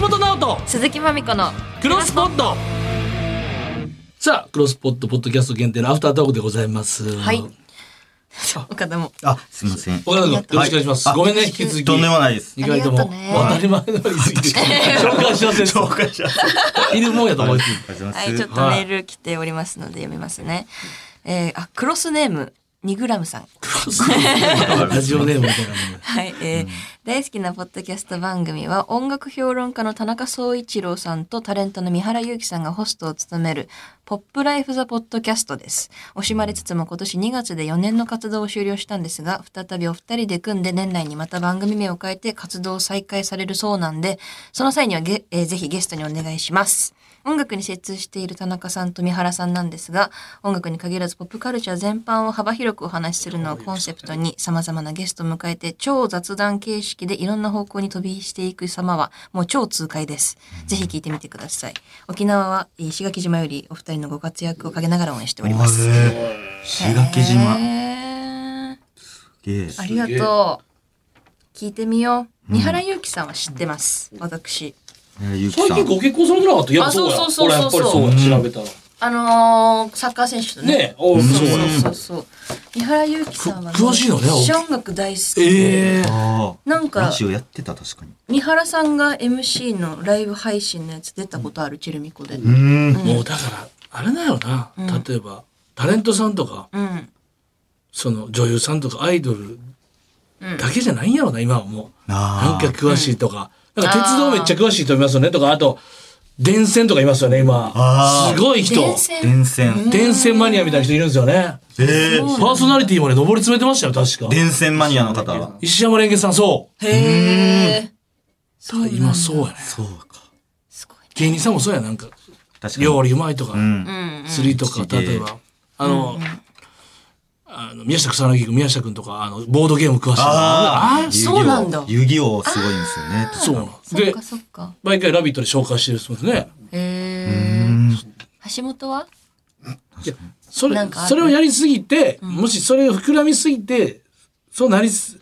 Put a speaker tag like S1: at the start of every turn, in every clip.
S1: 橋本直人
S2: 鈴木まみこの
S1: クロスポットさあクロスポットポッドキャスト限定のアフタートークでございます
S2: はい岡田も
S3: あ、すみません。
S1: 岡田君よろしくお願いします、
S3: はい
S1: ごめんね引き続き
S3: とんでもないです。
S1: 意外とも
S2: あ
S1: う
S2: りがとね
S1: 当たり前のように過ぎ て紹介しなせん
S3: 紹介します。
S1: いるもんやと思いつつ
S3: ありがとうござ
S2: はいい、ち
S3: ます
S2: ょっとメール来ておりますので読みますね。えー、あ、クロスネーム、ニグラムさん。
S1: ラジオネームみたいなもん
S2: はい、えー大好きなポッドキャスト番組は音楽評論家の田中総一郎さんとタレントの三原祐希さんがホストを務めるポップライフザポッドキャストです。惜しまれつつも今年2月で4年の活動を終了したんですが、再びお二人で組んで年内にまた番組名を変えて活動を再開されるそうなんで、その際にはげ、えーぜひゲストにお願いします。音楽に精通している田中さんと三原さんなんですが音楽に限らずポップカルチャー全般を幅広くお話しするのをコンセプトに様々なゲストを迎えて超雑談形式でいろんな方向に飛び火していく様はもう超痛快です。ぜひ聞いてみてください。沖縄はえー石垣島よりお二人のご活躍をかけながら応援しておりま
S3: お
S2: す。
S3: ー石垣島。
S2: へー
S3: えー
S2: ありがとう。聞いてみよう。三原祐希さんは知ってます。私。
S3: ゆき
S1: 最
S3: さん
S1: 近。ご結婚されてなかったやっぱそうや
S2: あそうそうそうそ
S1: 俺
S2: う
S1: やっぱりそうや調べたら
S2: あのー、サッカー選手と
S1: ねえおう
S2: そ
S1: そううや
S2: そうそうそう。三原祐希さんは、
S1: く詳しいのね
S2: ファッション音楽大好きで。
S1: ええ
S3: ああ。
S2: なん
S3: ラ
S2: か
S3: ジ、オやってた確かに。
S2: 三原さんが MC のライブ配信のやつ出たことある、チェルミコで。
S3: うーん。
S1: もうだからあれだよな、
S2: うん
S1: 例えばタレントさんとか
S2: うん。
S1: その女優さんとかアイドル
S2: うん
S1: だけじゃないんやろな今はもうなん
S3: あ
S1: か
S3: ー
S1: 詳しいとか,、なんか鉄道めっちゃ詳しい人いますよねとかあと電線とかいますよね今
S3: あー
S1: すごい人
S2: 電線。
S3: 電線。
S1: 電線マニアみたいな人いるんですよね
S3: えー
S1: パーソナリティまで上り詰めてましたよ確か
S3: 電線マニアの方は。
S1: 石山蓮華さんそ
S2: へー。そうう
S1: 今そうやね
S3: そうか。
S2: すごい。
S1: 芸人さんもそうやなんか
S3: 確かに。
S1: 料理うまいとか、
S3: うん
S2: う。ん。
S1: 釣りとか
S3: うん
S1: 例えばあの,、あの宮下草薙君宮下君とかあのボードゲーム詳しいとかあ
S3: ああ。
S1: ー
S2: そうなんだ
S3: 遊戯王すごいんですよね。
S1: そうなん
S2: そっ
S1: で
S2: かそっか。
S1: 毎回「ラビット!」で紹介してるそうですね
S2: へー。橋本は
S1: それ
S2: なんかある
S1: それをやりすぎて、もしそれを膨らみすぎてそうなりす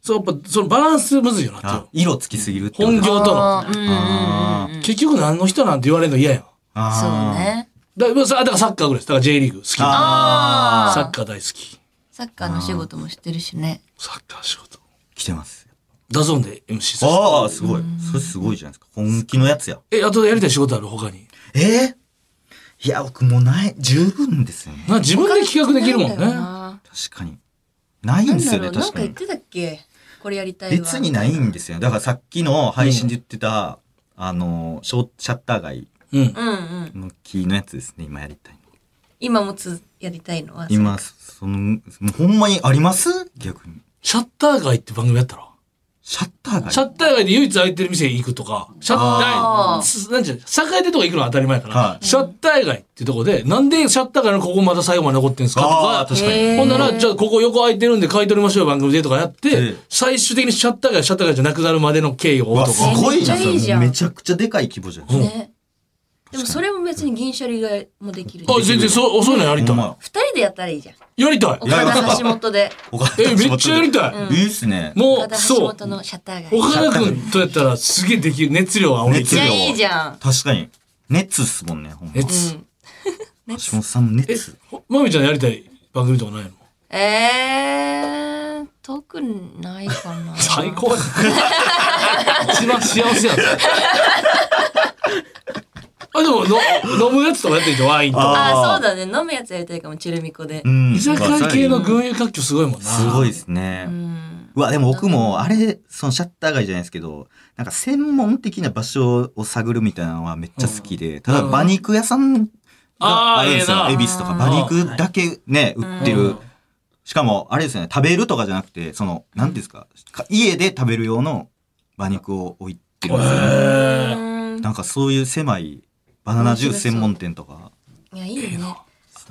S1: そうやっぱそのバランスむずいよなって
S3: あ
S1: い
S3: 色つきすぎるって
S1: う
S3: こと
S1: 本業との
S2: あーうんう
S3: あ
S2: んうんうん。
S1: 結局何の人なんて言われるの嫌やん
S2: そう
S3: あ
S2: ね。
S1: だだからサッカーぐらいですだから J リーグ好きサ
S2: あー
S1: ッカー大好き
S2: サッカーの仕事も知ってるしね。
S1: サッカー仕事
S3: ー。来てます。
S1: ダゾーンで MC させて
S3: ああ、すごい。それすごいじゃないですか。本気のやつや。
S1: えあとやりたい仕事ある他に
S3: えーいや、僕もうない、十分ですよね。
S1: な自分で企画できるもん
S2: ないだよ
S1: ね
S2: な
S3: 確かに。ないん
S2: な
S3: で
S2: ん
S3: す
S2: だ
S3: よ
S2: ろ
S3: ね、
S2: う、なん
S3: 確
S2: か
S3: か
S2: 言っ
S3: に。
S2: てたっけこれやりたいわ。
S3: 別にないんですよ。だからさっきの配信で言ってた、あの、ショーシャッター街
S1: うん
S2: うんうん。
S3: の木のやつですね、今やりたいの。
S2: 今もつやりたいのは。
S3: 今、その、もうほんまにあります逆に。
S1: シャッター街って番組やったろ
S3: シャッター
S1: シャ
S3: 街
S1: ッター街で唯一空いてる店行くとか、シャッタ
S2: あ
S1: ー
S2: ー
S1: すなんちゅう、栄出とか行くのは当たり前やから、
S3: はい
S1: シャッター街っていうとこで、なんでシャッター街のここまだ最後まで残ってんすかと
S3: ああ、
S1: か、
S3: 確かに。
S2: へー
S1: ほんなら、じゃあここ横空いてるんで買い取りましょうよ番組でとかやって
S3: ええ、
S1: 最終的にシャッター街、シャッター街じゃなくなるまでの経緯を
S3: う
S1: 追う
S3: わ、
S1: と
S3: す
S1: か。
S3: ごい
S2: めっちゃ
S3: な、そ
S2: いいじゃ
S3: れ。
S2: ん
S3: めちゃくちゃでかい規模じゃん。
S2: ね。でもそれも別に銀シャリがもできるじゃん。
S1: あ、全然そう、そういうのやりた
S3: ほん
S1: い。
S3: ま
S2: 二人でやったらいいじゃん。
S1: やりたい
S2: 岡田橋本で。
S3: 岡田
S1: え、
S3: 橋本
S1: めっちゃやりたい。
S3: いいっすね。
S1: も
S2: 岡
S1: う、
S2: 田
S1: そ
S2: 橋
S1: う。
S2: 本のシャッター街。
S1: 岡田君とやったらすげえできる。熱量は俺い
S2: じ
S1: け
S3: 熱
S2: ゃ
S3: 量
S1: る。
S2: あいいじゃん。
S3: 確かに。熱っすもんね、ほんま。
S1: 熱。
S2: うん。
S3: 橋本さんも
S1: え
S3: 熱。、
S1: ほまみちゃんやりたい番組とかないの
S2: えー、特にないかな。
S1: 最高や一番幸せやんそれあでもの飲むやつとかやってるじゃんワインとか
S2: あ、そうだね。飲むやつやりたいかも、チェルミコで
S3: う。ん
S1: 居酒屋系の群雄割拠すごいもんな
S3: すごいで
S1: です
S3: ね。
S2: うん。
S3: うわ、でも僕も、あれ、そのシャッター街じゃないですけど、なんか専門的な場所を探るみたいなのはめっちゃ好きで、ただ
S1: うん
S3: 馬肉屋さん
S1: あー
S3: があるんです
S1: ええ
S3: よ。
S1: な
S3: 恵比寿とか。
S2: うん
S3: 馬肉だけね、売って
S1: う
S3: る
S1: ん。
S3: しかも、あれですよね、食べるとかじゃなくて、その、なんていうんですか、か家で食べる用の馬肉を置いてるんですよね。
S1: へ
S3: なんかそういう狭いバナナジュース専門店とか。
S2: いや、いいね。
S3: な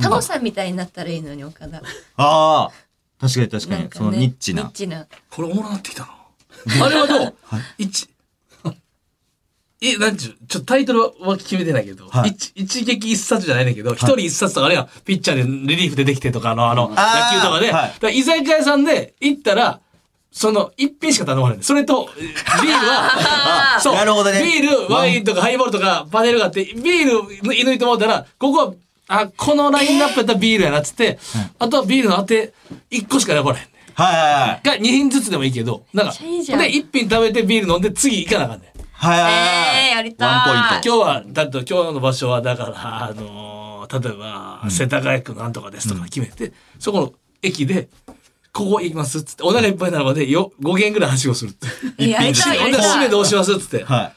S2: タ
S3: んか
S2: モさんみたいになったらいいのに、岡田。
S3: ああ、確かに確か
S2: な
S3: に
S2: ん、か
S3: その
S2: ね
S3: ニッチ
S2: ニッ
S3: な。
S2: チな。
S1: これおもろなってきたなあれはどう
S3: はい
S1: 一え、なんちゅう、ちょっとタイトルは決めてないけど、
S3: はい
S1: 一一撃一冊じゃないねんだけど、一、人一冊とかあれはピッチャーでリリーフでできてとかの、あの、野
S3: あー
S1: 球とかで、
S3: はい
S1: だから居酒屋さんで行ったら、その、一品しか頼まれない。それと、ビール は、そう、
S3: なるほどね
S1: ビール、ワインとかハイボールとかパネルがあって、ビール、犬いと思ったら、ここは、あ、このラインナップやったらビールやなっつって、あとはビールのあて、1個しか選ばれへんね
S3: はい
S1: ん。が、2品ずつでもいいけど、なんか、
S2: めっちゃいいじゃん
S1: で、1品食べてビール飲んで、次行かなあかんねん。
S3: はいはいはい。
S2: えーやりたい
S3: ワンポイント。
S1: 今日は、だって今日の場所は、だから、あのー例えば、世田谷区なんとかですとか決めて、そこの駅で、ここ行きますっつって、お腹いっぱいになるまでよ5軒ぐらいはしごするって。
S2: やりたい、や
S1: ほん
S2: り
S1: で、締
S2: た
S1: め
S2: い。
S1: どうしますっつって。
S3: は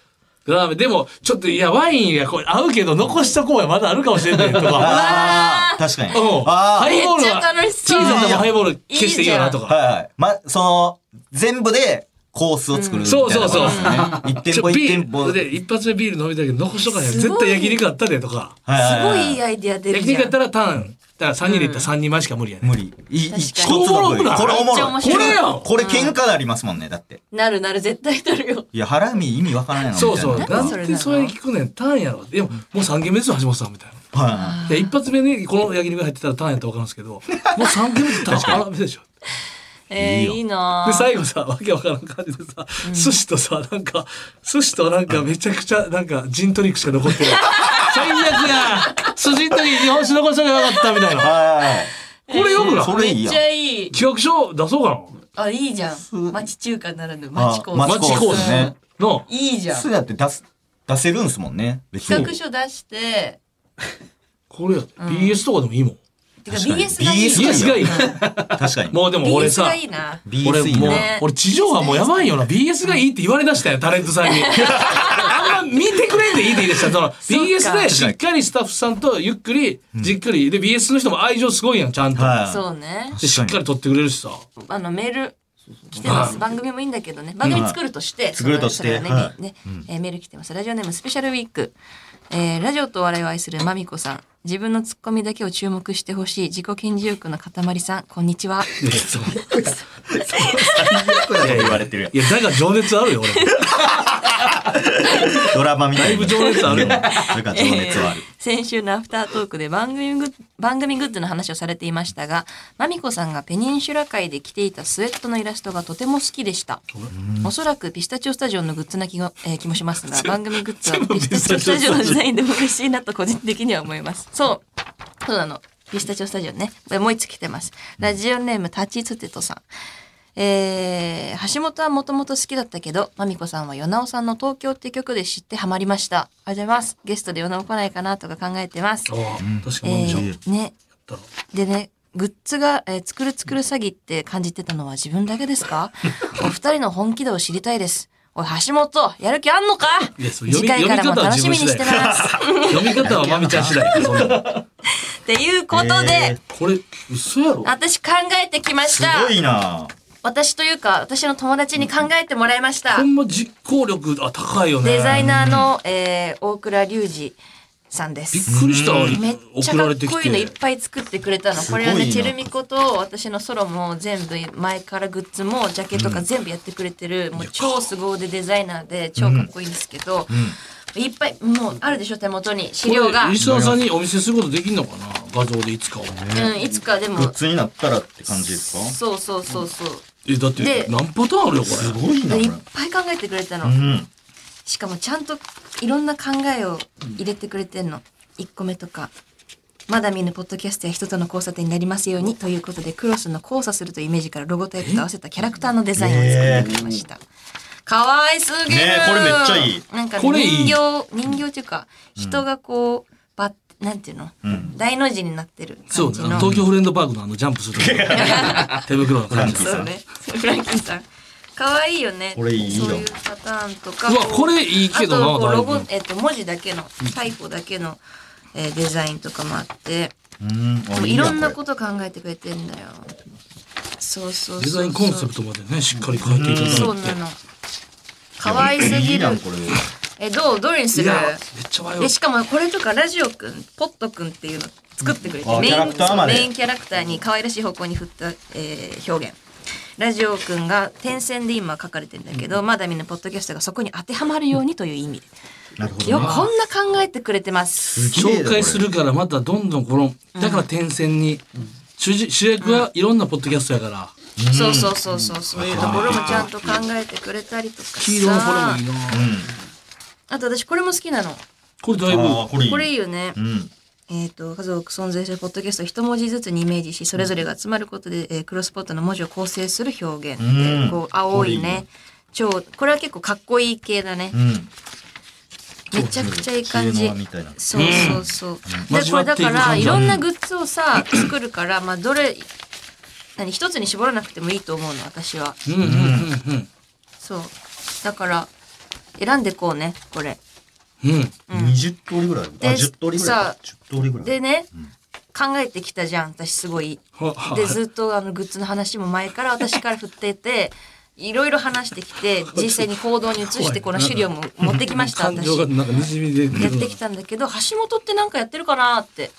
S3: い。
S1: ラーメン、でも、ちょっと、いや、ワインや、これ合うけど、残しとこうや、まだあるかもしれないとか。
S3: ああ、確かに。
S1: うん。
S3: あ
S1: ハイボール
S2: めっちゃ
S1: は、
S2: 楽し
S1: チ
S2: そう
S1: ーズのハイボール消していいよなと
S3: あ、
S1: か。
S3: はいはい。ま、その、全部でコースを作るみたいなことですよね。
S1: そうそうそう
S3: 一店舗一
S1: ちょ
S3: 店
S1: ビー
S3: 舗。
S1: ルで一発目ビール飲みたいけど残しとかね
S2: すご
S1: 絶
S2: い
S1: 対焼肉あったでとか
S3: はは
S2: すご
S3: はい
S2: いいアイディア出る
S1: 焼
S2: じ
S1: 肉や
S2: ゃ
S1: っ
S2: ん
S1: た。らターンだから3人で行ったら3人前しか無理やね、
S3: 無理。いい、
S2: 確かに
S3: 一つの
S1: これおもろ
S3: 無
S1: くない
S3: 理。これおも
S2: めっちゃ
S3: ろ
S2: 面
S3: い。
S2: 白
S1: こ
S2: い
S3: これ
S1: れやん
S3: これ喧嘩なりますもんね、だって。
S2: なるなる、絶対なるよ。
S3: いや、ハラミ意味わからないのみたい
S1: そう
S3: な。
S1: そう。
S3: はい
S1: な
S2: な
S1: んん
S2: でそれなの
S1: でそれ聞くねん。ターンやろ。でも、もう3軒目ですよ、橋本さん、みたいな。
S3: はい。
S1: いや、一発目にこの焼肉が入ってたらターンやったら分かるん ですけど、もう3軒目でターン、あら、でしょ。
S2: え
S3: い
S2: ー、
S3: いよ
S2: いいな
S1: で、
S2: ぁ。
S1: 最後さ、わけわからん感じでさ、寿司とさ、なんか、寿司となんかめちゃくちゃ、なんか、ジントニックしか残ってない。最悪 や寿司の時日本酒残しとけばよかった、みたいな。
S3: はい。
S1: これよくない
S3: それい
S2: めっ
S3: いやん
S2: ち。ゃいい。
S1: 企画書出そうか
S2: あ、いいじゃん。町中華ならぬ
S3: あ
S2: 町コ
S1: な。
S2: ー
S3: 町
S2: ス。
S1: 町コース
S3: ね
S1: ね。の、
S2: いいじゃん。
S3: そうやって出す、出せるんすもんね。別
S2: 企画書出して、
S1: これや、BS とかでもいいもん。
S2: てか
S3: 確かに
S2: BS がいい。
S3: BS
S1: がいい
S3: 確かに。
S1: もうでも俺
S2: BS
S1: さ
S2: が、いいな。
S1: 俺
S3: BS いい
S1: もう
S3: な。
S2: ね
S1: 俺地上波もうやばいよな BS がいいって言われだしたよタレントさんにあんま見てくれんでいいでいいでしたその BS でしっかりスタッフさんとゆっくりじっくりで BS の人も愛情すごいやんちゃんと
S3: はい。
S2: そうね。
S1: でしっかり撮ってくれるしさ
S2: あのメール来てます。番組もいいんだけどね。番組作るとして。
S3: 作るとして
S2: それはね
S3: は
S2: ね、えーメール来てます。ラジオネームスペシャルウィーク。えーラジオと笑いを愛するまみこさん。自分のツッコミだけを注目してほしい自己顕示欲の塊さん。こんにちは。
S1: いやそう
S3: 最悪や言われてるやん
S1: いやだから情熱あるよ俺
S3: ドラマみたいな。
S1: だいぶ情熱あるよ
S3: うんそれから情熱はある。
S2: 先週のアフタートークで番組グッ番組グッズの話をされていましたが、まみこさんがペニンシュラ界で着ていたスウェットのイラストがとても好きでした。おそらくピスタチオスタジオのグッズな気が、 えー気もしますが、番組グッズはピスタチオスタジオのデザインでも嬉しいなと個人的には思います。そう。そうなの。ピスタチオスタジオね。これもう一つ来てます。ラジオネーム、タチツテトさん。えー橋本はもともと好きだったけど、まみこさんはよなおさんの東京って曲で知ってハマりました。ありがとうございます。ゲストでよなお来ないかなとか考えてます。
S1: ああ確か
S2: え
S1: にじゃんやっ
S2: ーね。
S1: たら
S2: でね、グッズが、えー作る作る詐欺って感じてたのは自分だけですかお二人の本気度を知りたいです。おい、橋本、やる気あんのか
S1: いやそう
S2: 次回からも楽しみにしてます。
S1: 読み方はまみちゃん次第そんな
S2: っていうことで、
S3: えー
S1: これ嘘やろ
S2: 私考えてきまし
S3: す
S2: た。
S3: ごいな。
S2: 私というか、私の友達に考えてもらいました
S1: ほ。んま実行力あ高いよね
S2: デザイナーの、えー大倉隆二さんで
S1: びっ
S2: す。
S1: くりした
S2: めっちゃ
S1: 送
S2: からっ
S1: れて
S2: こ
S1: き
S2: いいのいってぱい作ってくれたの。
S3: す
S2: こ
S3: ごい
S2: れは
S3: な
S2: ね、チェルミコと私のソロも全部、前からグッズもジャケットが全部やってくれてる、もう超凄腕デザイナーで超かっこいいんですけど、いっぱい、もうあるでしょ、手元に資料が
S1: これ。石田さんにお見せすることできんのかな画像でいつかは
S2: うん、いつかで
S3: グッ
S2: も、
S3: ズになったらって感じですか
S2: そうそうそうそう。
S1: えだっ
S2: で
S1: て何パターンあるよこれ
S3: すごいな、
S2: で
S3: これ
S2: いっ。ぱい考えてくれたの。
S3: うん。
S2: しかもちゃんといろんな考えを入れてくれてんの。1個目とか。まだ見ぬポッドキャストや人との交差点になりますようにということでクロスの交差するというイメージからロゴタイプと合わせたキャラクターのデザインを作ってくれました。かわいすぎる、
S3: ねえこれめっちゃいい
S2: なんか
S1: これいい
S2: 人形、人形というか人がこう、ばなんていうの、大の字になってる
S1: そう
S2: 感
S1: ね
S2: じ
S1: あの
S2: の。
S1: 東京フレンドパークのあのジャンプす る時手袋の感じ
S3: フ
S1: う
S3: ラ
S2: そ
S1: わ
S2: うね。フランキーさん。可愛いよね。
S3: これいいよ
S2: そういうパターンとか。
S1: これいいけど
S2: あとこう
S1: なだい
S2: ロゴ
S1: ぶ、
S2: えっ、と、文字だけの、タイプだけの、えーデザインとかもあって、
S3: うん。
S2: で
S3: あ
S2: もいろんな
S3: こ
S2: こと考えてくれてんだよ。そうそうそうそう。
S1: デザインコンセプトまでねしっかり書いていただいて
S2: そうなの。可愛す
S3: れい
S2: ぎ
S3: い
S2: る
S3: な、。これ。
S2: え、どうどれにす
S1: い
S2: る
S1: やめっちゃ迷
S2: で、
S1: う
S2: しかもこれとかラジオくん、ポットくんっていうの作ってくれて、
S3: あ
S2: メイ
S3: キャラクター
S2: ン
S3: まで
S2: メインキャラクターに可愛らしい方向に振った、えー表現。ラジオくんが点線で今書かれてるんだけど、まだみんなポッドキャストがそこに当てはまるようにという意味で。
S3: なるほ
S2: よ、
S3: ど
S2: こん
S3: な。
S2: な考えてくれてます。
S3: 綺麗だ
S1: 紹介するからまたどんどんこのだから点線に主人主役はいろんなポッドキャストやから
S2: そうそうそうそうそういうところもちゃんと考えてくれたりとかさ
S1: 黄色のこれもいいな
S2: あと私これも好きなの
S1: これだいぶ
S3: ああ、これいい。
S2: これいいよね
S3: うん。
S2: えー、と数多く存在するポッドキャストを一文字ずつにイメージしそれぞれが集まることで、えークロスポットの文字を構成する表現で、
S3: うん
S2: こう青い
S3: これいい
S2: ね超これは結構かっこいい系だね
S3: うん。
S2: めちゃくちゃいい感じ
S3: 消えの輪みたいな。
S2: そうそうそう、でこ
S1: 交わ
S2: れ
S1: って
S2: だ
S1: いく感じだね
S2: からいろんなグッズをさ作るからまあどれ何一つに絞らなくてもいいと思うの私は
S1: うんうんうん
S2: そうだから選んでこうねこれ
S1: うんうん
S2: うん
S3: 20通りぐらいある。あ、
S2: で
S3: 10通りぐらい
S2: さ
S3: か。10通りぐらい。
S2: でね、考えてきたじゃん私すごい
S1: はは
S2: でずっとあのグッズの話も前から私から振ってていろいろ話してきて実際に行動に移してこの資料も持ってきました
S1: 感
S2: 私
S1: 情がなんかにじみ出て
S2: やってきたんだけど橋本ってなんかやってるかなって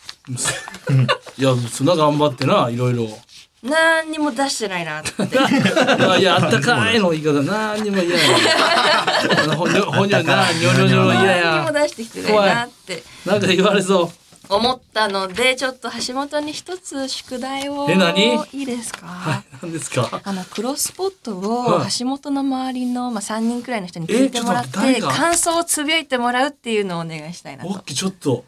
S1: いや砂頑張ってないろいろ
S2: 何にも出してな いなって
S1: いやあったかいの言い方何にも嫌やあのほにょほにょなにょにょにょの嫌
S2: 何にも
S1: や
S2: 出してきてないなって
S1: なんか言われそう
S2: 思ったのでちょっと橋本に一つ宿題を
S1: え何
S2: いいですか、
S1: なんですか
S2: あのクロスポットを
S1: はい
S2: 橋本の周りの、まあ、3人くらいの人に
S1: え
S2: 聞いてもらっ
S1: ちょっと待ってて誰か
S2: 感想をつぶやいてもらうっていうのをお願いしたいな
S1: オッ
S2: と
S1: ケーちょっと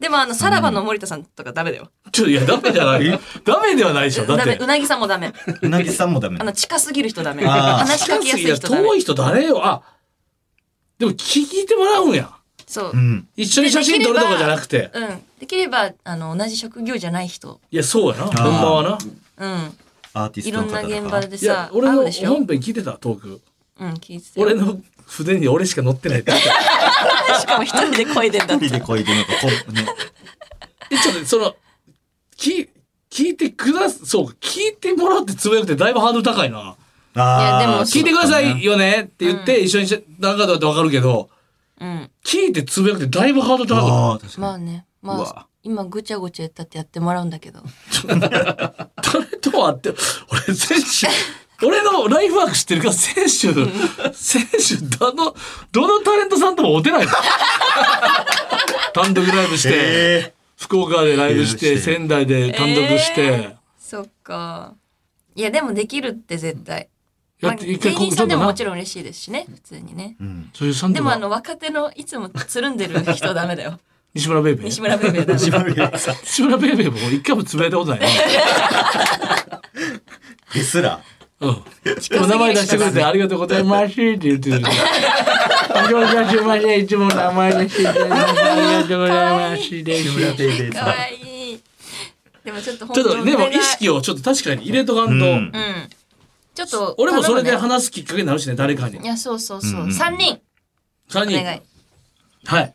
S2: でもあのさらばの森田さんとかダメだよ
S1: ちょっといやダメじゃないダメではないでしょだ
S2: ダ
S1: っ
S2: メ
S1: て
S2: うなぎさんもダ メ
S3: うなぎさんもダメ
S2: あ。の近すぎる人ダメ
S3: あー
S2: 話しかけやすい人ダメ
S1: 遠い人誰よあでも聞いてもらうんや
S2: そう
S3: うん。
S1: 一緒に写真撮るとかじゃなくて
S2: うんできればあの同じ職業じゃない人
S1: いやそうやなほんまはな
S2: うん
S3: アーティ
S2: い
S3: ス
S2: ろ
S3: トの
S2: んな
S3: 方とか。
S2: 現場で
S1: いや
S2: さ
S1: 俺
S2: 会う
S1: の
S2: でしょ
S1: 本編聞いてたトーク
S2: うん聞いてたよ
S1: 俺の筆に俺しか載ってないって
S2: しかも一人で声でんだっ
S3: 一
S2: て
S3: 人でこいでなんかこ うね。
S1: え ちょっとそのき聞いてくだすそう聞いてもらうってつぶやくってだいぶハードル高いな
S3: あー
S2: いやでも
S1: 聞いてください。よねって言って一緒にしなんかだってわかるけど
S2: うん
S1: 聞いてつぶやくってだいぶハードル
S3: そうだ
S1: 高
S3: あー、確
S2: ま
S3: か
S2: あねま
S3: う
S2: あ
S3: わ
S2: 今ぐちゃぐちゃ言ったってやってもらうんだけど
S1: い誰とはって俺選 手俺のライフワーク知ってるから選手選手どのどのタレントさんとも会うてないの 単独ライブし
S3: に。
S1: て。
S3: え
S1: 福岡でライブし
S3: ライ
S1: て
S3: ブして
S1: 仙台で単独して、
S2: えーそっかいやでもできるって絶対、ま
S1: や
S2: あ、
S1: って
S2: 芸
S1: 一回こ
S2: 人さんで
S1: ちょっと
S2: も
S1: な
S2: もちろん嬉しいですしね普通にね
S3: ーうん。
S1: そういうサン
S2: で
S1: ド
S2: もあ
S1: が
S2: の若手のいつもつるんでる人ダメだよ
S1: 西村ベイベー
S2: 西村ベイベーダメ
S3: 自分でさ
S1: 西村ベイベーも一回もつぶやいたこと ないね
S3: ですら。
S1: うんでも名前出してくれてありがとうございますって言ってるお嬢さんすいませんいつも名前出していただきましてありがとうございます
S3: 木
S1: ち
S3: 村ベイベー
S2: か
S3: さん
S2: わいいでもちょっと
S1: ょ
S2: 本
S1: っと
S2: 当
S1: でも意
S2: を
S1: 識をちょっと確かに入れとかんと、
S3: うん
S2: うんちょっと
S1: 俺もそれで
S2: 頼むね
S1: 話すきっかけになるしね誰かに
S2: いやそうそう
S3: うん
S2: そううん三人
S1: 3
S2: お
S1: 人
S2: 願い
S1: はい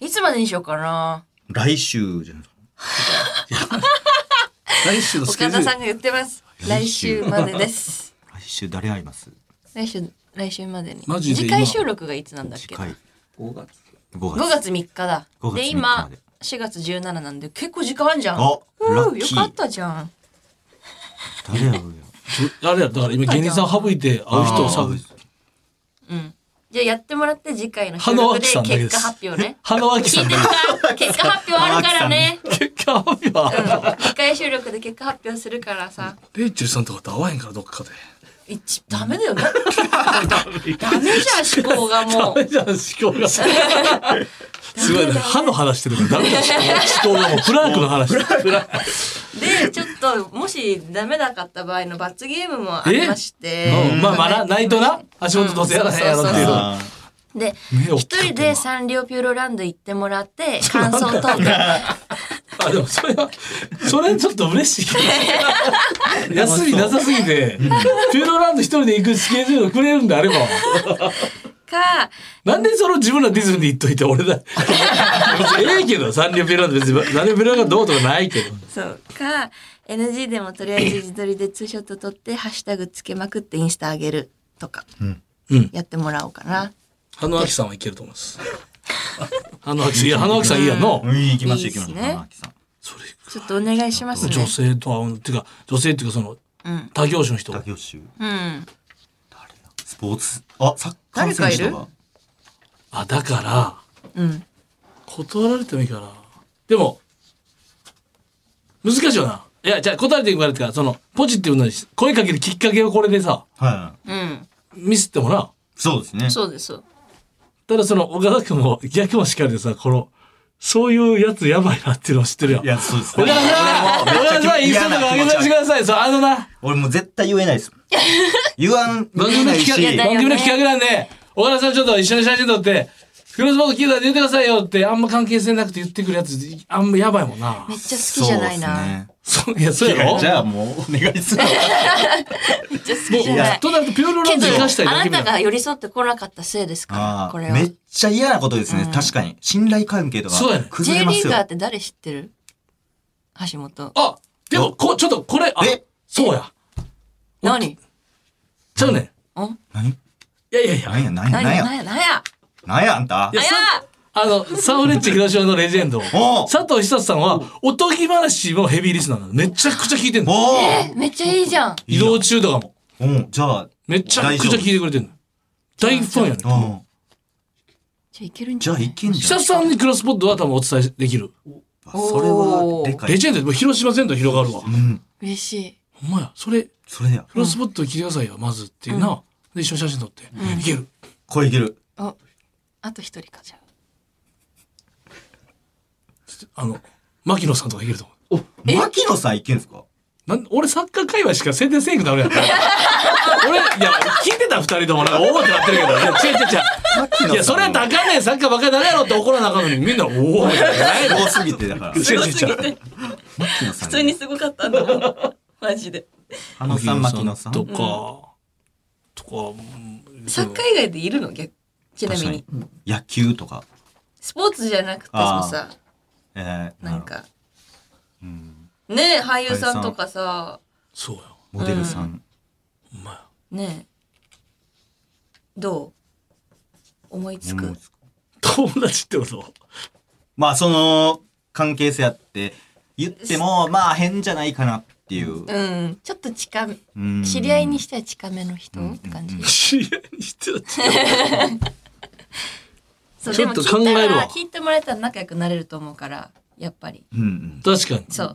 S2: いつまでにしようかな
S3: 来週じゃないですか。
S1: 来週のスケ
S2: 岡
S1: ジュ
S2: 田
S1: ール
S2: さんが言ってます来
S3: 来
S2: 週
S3: 週
S2: までです
S3: 来週誰会います
S2: 来週来週までに
S1: マジで
S2: 次
S1: 今
S2: 回収録がいつなんだっけ
S3: 近い。
S1: 5月
S3: 5
S2: 5
S3: 月。
S2: 月3日だ
S3: 5
S2: で
S3: 月3日
S2: 今
S3: まで
S2: 4月17なんで結構時間あんじゃん
S3: あ
S2: うん
S3: ラッキー
S2: よかったじゃん
S3: 誰会うよ。
S1: あれやだから今芸人さん省いて会う人を
S3: あ
S1: 探
S3: ー
S1: す
S2: うんじゃあやってもらって次回の収録で
S1: 花輪明さんだけで
S2: 結
S1: す
S2: 果発表ね
S1: 花輪明
S2: 聞
S1: さ
S2: い
S1: ん
S2: て
S1: だ
S2: るか結果発表あるからね
S1: 結果発表は
S2: 次回収録で結果発表するからさ
S1: レイチェルさんとかと会わへんからどっかで。
S2: 一ダメ だよねダメじゃん思考がも
S1: ダ
S2: う
S1: メじゃん思考 が。すごいね歯の話してるからダメだ思考がもう フランクの話。
S2: でちょっともしダメなかった場合の罰ゲームもありまして
S1: うんまあまあなないとな足元どうせやらへんやろっていう
S2: そ
S1: の。
S3: あ
S2: で
S1: 目を
S2: 一人でサンリオピューロランド行ってもらって感想トーク
S1: あでもそれはそれちょっと嬉しい。休みなさすぎてピューロランド一人で行くスケジュールくれるんであれば。
S2: か
S1: なんでその自分らディズニー行っといて俺だ。別にええけどサンリオピューロランド別にサンリオピューロランドがどうとかないけど。
S2: そうか NG でもとりあえず自撮りでツーショット撮ってハッシュタグつけまくってインスタ上げるとか
S1: うん。
S2: やってもらおうかな。
S1: 羽野明さんはいけると思います。羽野明さんいや羽野明さんいいやんの
S3: ー。うん、行きましょう、行き
S2: いいっ
S3: ましょう。
S2: すね
S3: 花木さん。
S1: それ
S2: ちょっとお願いしますね。
S1: 女性とは、っていうか、女性っていうか、その、
S2: うん。
S1: 他業種の人。
S3: 打撃集。
S2: うん。
S3: スポーツ。あ、サッカー選手
S2: 誰
S3: と
S2: か
S3: か。
S1: あ、だから、
S2: うん。
S1: 断られてもいいかな。でも、難しいよな。いや、じゃあ答えていくからってか、その、ポジティブなし声かけるきっかけをこれでさ、
S3: は
S2: うん。
S1: ミスってもな。
S3: い。そうですね。
S2: そうです。そう
S1: ただその、岡田君も逆もしかりでさ、この、そういうやつやばいなっていうのを知ってるやん。
S3: いや、そうです
S1: 岡
S3: ね
S1: 田。さん、
S3: 俺もめっ
S1: 岡田
S3: ちゃ
S1: さん、インスタとか上げさせてください。そう、あのな、
S3: 俺もう絶対言えないです。言わん、
S1: 番
S3: 言
S1: 組
S3: え
S1: の
S3: ない
S1: 企
S3: し。
S1: 画、番組の企画なんで、岡田さんちょっと一緒に写真撮って、クロスボード聞いたら言ってくださいよって、あんま関係性なくて言ってくるやつ、あんまやばいもんな
S2: め。っちゃ好きじゃないな。
S1: そう、いや、そうやろ
S3: じゃあもうお願いする。
S1: も
S2: めっちゃ好き
S1: う
S2: じゃない。
S1: となるとピューロラ
S2: け
S1: ンド
S2: ど
S1: 生かしたいだ
S2: あ
S1: けみた
S2: ないた
S1: な。
S2: が寄り添ってこなかったせいですか
S3: あ
S2: ら、これ
S3: ー
S2: は。
S3: めっちゃ嫌なことですね。確かに。信頼関係とか
S1: そうやね。
S3: 崩
S2: J
S3: れま
S2: リ
S3: す
S2: ー
S3: よ
S2: ガー。って誰知ってる橋本。
S1: あ、でも、こ、ちょっとこれ、あ
S3: え、
S1: そうや。
S2: 何ん
S1: ちゃうねん。
S2: 何
S3: 何
S1: いやいやいや。
S3: 何や、何や、
S2: 何
S3: 何
S2: や
S3: や。
S2: 何や
S3: 何や、あんた
S1: いや
S2: 何や
S1: あの、サウレッチ広島のレジェンド、
S3: おう
S1: 佐藤久志さんは、おとぎ話もヘビーリスナーなの。めちゃくちゃ聞いてんの。
S3: お
S2: えめっちゃいいじゃん。
S1: 移動中とかも。
S3: ううん、じゃあ、
S1: めちゃくちゃ聞いてくれてんの。大ファンやね。
S3: うん。
S2: じゃあいけるんじ
S3: じ
S2: ゃ
S3: ゃ
S2: な
S3: あ
S2: い
S3: いけんじゃ
S1: 久
S3: ん。
S1: 志さんにクロスポッドは多分お伝えできる。
S3: それは、でか
S1: レ
S3: い。
S1: ジェンドでもう広島全土広がるわ。
S3: うん、
S2: 嬉しい。
S1: ほんまや。それ、ク
S3: それや。
S1: ロスポッド聞いてくださいよ、まずっていうな。で、一緒に写真撮って。いける。
S3: 声いける。
S2: あ、あと一人かじゃあ。
S1: あの、牧野さんとかいけると思う。
S3: お、牧野さんいけんすか
S1: なん俺サッカー界隈しか宣伝せんくなるやん。俺、いや、聞いてた二人ともなんか、おおってなってるけど、いや違う違う違う。
S3: 牧野さん。
S1: いや、それやったらあかんねん、サッカーばっかりだやろって怒らなあかんのに、みんな、おおみたいなないの
S3: 多すぎて、だから。
S1: 違う違う違う。
S3: 牧野さん。
S2: 普通に。すごかったんだもん。マジで。
S3: あのさん、牧野さん。
S1: とか、とか、うん
S2: サッカー以外でいるの逆ちなみに。
S3: 確かに。野球とか。
S2: スポーツじゃなくてもさ、
S3: えー、
S2: なん
S3: るほど。
S2: か、
S3: うん
S2: ねえ、俳優さんとかさ、
S1: そうや。
S3: モデルさん。
S1: お前や。
S2: ねえ。どう思いつ
S3: 思
S2: く
S3: いつく
S1: 友達ってこと
S3: まあ、その、関係性あって、言っても、まあ、変じゃないかなっていう。
S2: うん、ちょっと近め、
S3: うん
S2: 知り合いにしては近めの人って感じ。
S1: 知り合いにしてた
S2: そう、
S1: ち
S2: で
S1: ょ
S2: も
S1: っと
S2: 聞いた
S1: 考えるわ
S2: ら、聞いてもらえたら仲良くなれると思うから、やっぱり。
S3: うんうん。
S1: 確かに。
S2: そう。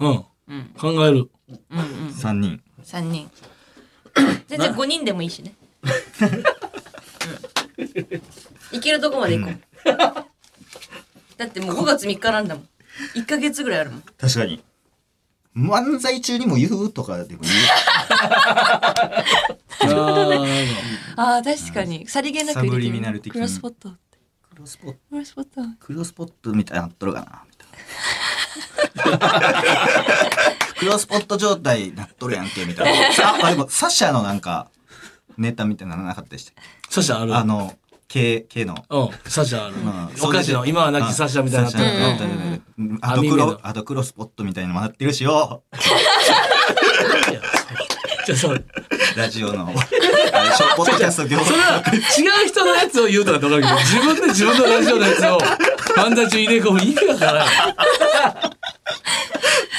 S1: うん。
S2: うん、
S1: 考える。
S2: うん、うん。
S3: 3人。
S2: 3人。全然5人でもいいしね。うん。いけるとこまで行こう。だってもう5月3日なんだもん。1ヶ月ぐらいあるもん。
S3: 確かに。漫才中にも言うとかでも 言う。
S1: あ
S2: ああ、確かに。さりげなく入れてみる
S3: サブリミナル的に
S2: クロスポットって。
S3: クロスポット、
S2: クロスポット。
S3: クロスポットみたいになっとるかな、みたい な。クロスポット状態なっとるやんけ、み たいな。さあ、でも、サッシャのなんか、ネタみたいなのなかったでしたっけ
S1: サシャある。
S3: あの、K、K の。
S1: うん、サシャある
S3: まあ。
S1: お菓子の、今は亡きサシャみたいになって
S3: サシャ
S1: る
S3: みたいになってるうんあ
S1: あ
S3: と
S1: みん
S3: ク
S1: な
S3: ロ
S1: の、
S3: あとクロスポットみたいなのもなってるしよ。
S1: じゃあ、それ。
S3: ラジ オの。あれショーポッドキャスト業
S1: それは違う人のやつを言うとかどうかだけど、自分で自分のラジオのやつを漫才中入れ込む意味がわからない。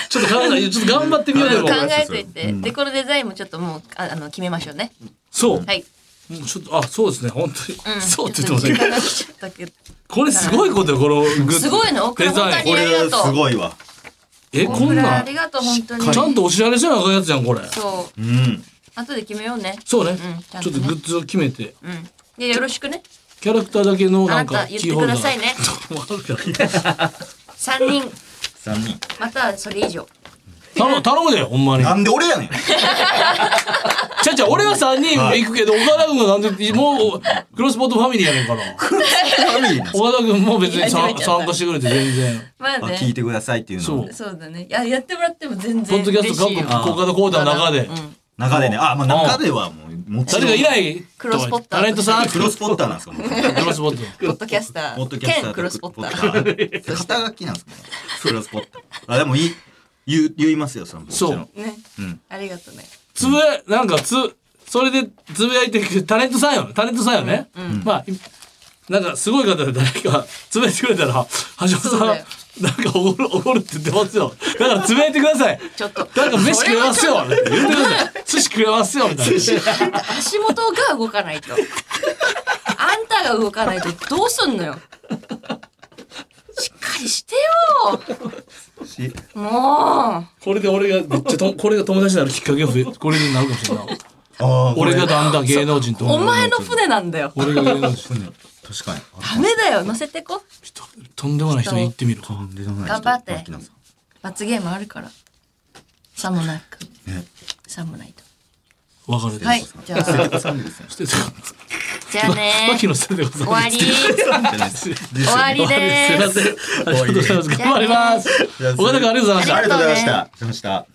S1: ちょっと考え、ちょっと頑張ってみようで
S2: 考
S1: も。
S2: えといて、
S3: うん
S2: でこのデザインもちょっともうああの決めましょうね
S1: そう。
S2: はい、
S1: うんちょっと、あ、そうですね、本当
S2: うん、
S1: に。そうって言ってますね。
S2: す
S1: これすごいことよ、このグッズ。
S2: すごいの
S1: デザイン。
S3: これすごいわ。
S1: え、
S2: こ
S1: こん
S2: ん
S1: な。
S2: なんありがとう本当に
S1: ちゃんとお知られせなあかんやつじゃん、これ。
S2: そう
S3: うん。
S2: 後で決めようね
S1: そうね
S2: んち。ゃん
S1: ち
S2: と
S1: ょっと
S2: ね
S1: グッズを決めて。
S2: うんでよろしくね
S1: キャラクターだけのなん
S2: あ
S1: か
S2: なた言っ
S1: キ
S2: て
S1: ーホ
S2: く
S1: ルダ
S2: だ
S1: ー。
S2: さいね
S1: もあるから
S2: 3人
S3: 3人。
S2: またはそれ以上
S1: 頼む、頼むでよ、ほんまに。
S3: なんで俺やねん。
S1: ちゃちゃ、俺は3人行くけど、岡田君がなんで、もう、クロスポットファミリーやねんから。岡田君も別に
S2: いやいやい
S1: 参
S2: や
S1: 参加してくれて全然。
S2: まあ
S3: あ
S2: ね
S3: 聞いてくださいっていうの
S1: そ
S3: を
S1: う
S2: そうだねいややってもらっても全
S1: ポ
S2: 然
S1: ッドキャスト
S2: 嬉
S1: 各
S2: しい
S1: 国
S2: よ
S1: 国家のコーダーの中で。
S2: うん
S3: 中でねあまあ中ではもうもちろん
S1: 誰がいない
S2: クロスポット
S1: タレントさん
S3: クロスポッターなんですかもう
S1: クロスポット。
S2: ポッドキャスタ
S3: ポッ
S2: ー
S3: ドキャスター
S2: 兼クロスポッター
S3: ー 肩書きなんですかねクロスポッターあでもいい言う言いますよそのもちろん
S1: そう
S2: ね
S3: うん
S2: ありがとうね
S1: つぶや、なんかつ、それでつぶやいてくれタレントさんよね。タレントさんよね。まあ、いなんかすごい方で誰か つぶやいてくれたら、橋本さん、
S2: そう
S1: な
S2: だ
S1: ん
S2: よ
S1: かおごる、おごるって言ってますよ。だからつぶやいてください。
S2: ちょっと
S1: なんか飯食えますよ言ってください。寿司食えますよみたいな。
S2: 橋本が動かないと。あんたが動かないとどうすんのよ。しっかりしてよ。
S3: しい。
S2: もう
S1: これで俺がめっちゃとこれが友達になるきっかけが増えこれになるかもしれない
S3: ああ、
S1: 俺がだんだん芸能人と
S2: お前の船なんだよ。
S1: 俺が芸能人
S3: 確かに。
S2: ダメだよ、乗せてこ。
S1: 人とんでもない人に行ってみる
S3: とんでもない人
S2: 頑張って
S3: 牧野さん
S2: 罰ゲームあるから。さもなく、
S3: ね、
S2: さもないと。
S1: 別れて
S2: はい、じ ゃあ、
S3: そうです ね
S1: してた
S2: じゃあね。
S1: 牧野さんでござい
S2: 終
S1: ま
S2: わ
S1: す
S2: り。
S3: じゃないです。
S2: 終わり
S1: 終
S2: で
S1: わ
S2: す。
S1: りすいませんありがとうございます
S2: 終
S1: 頑
S2: わ
S1: 張り
S2: りで
S1: ますす岡田君ありがとうございました
S3: ありがとうございました。ありがとうございました。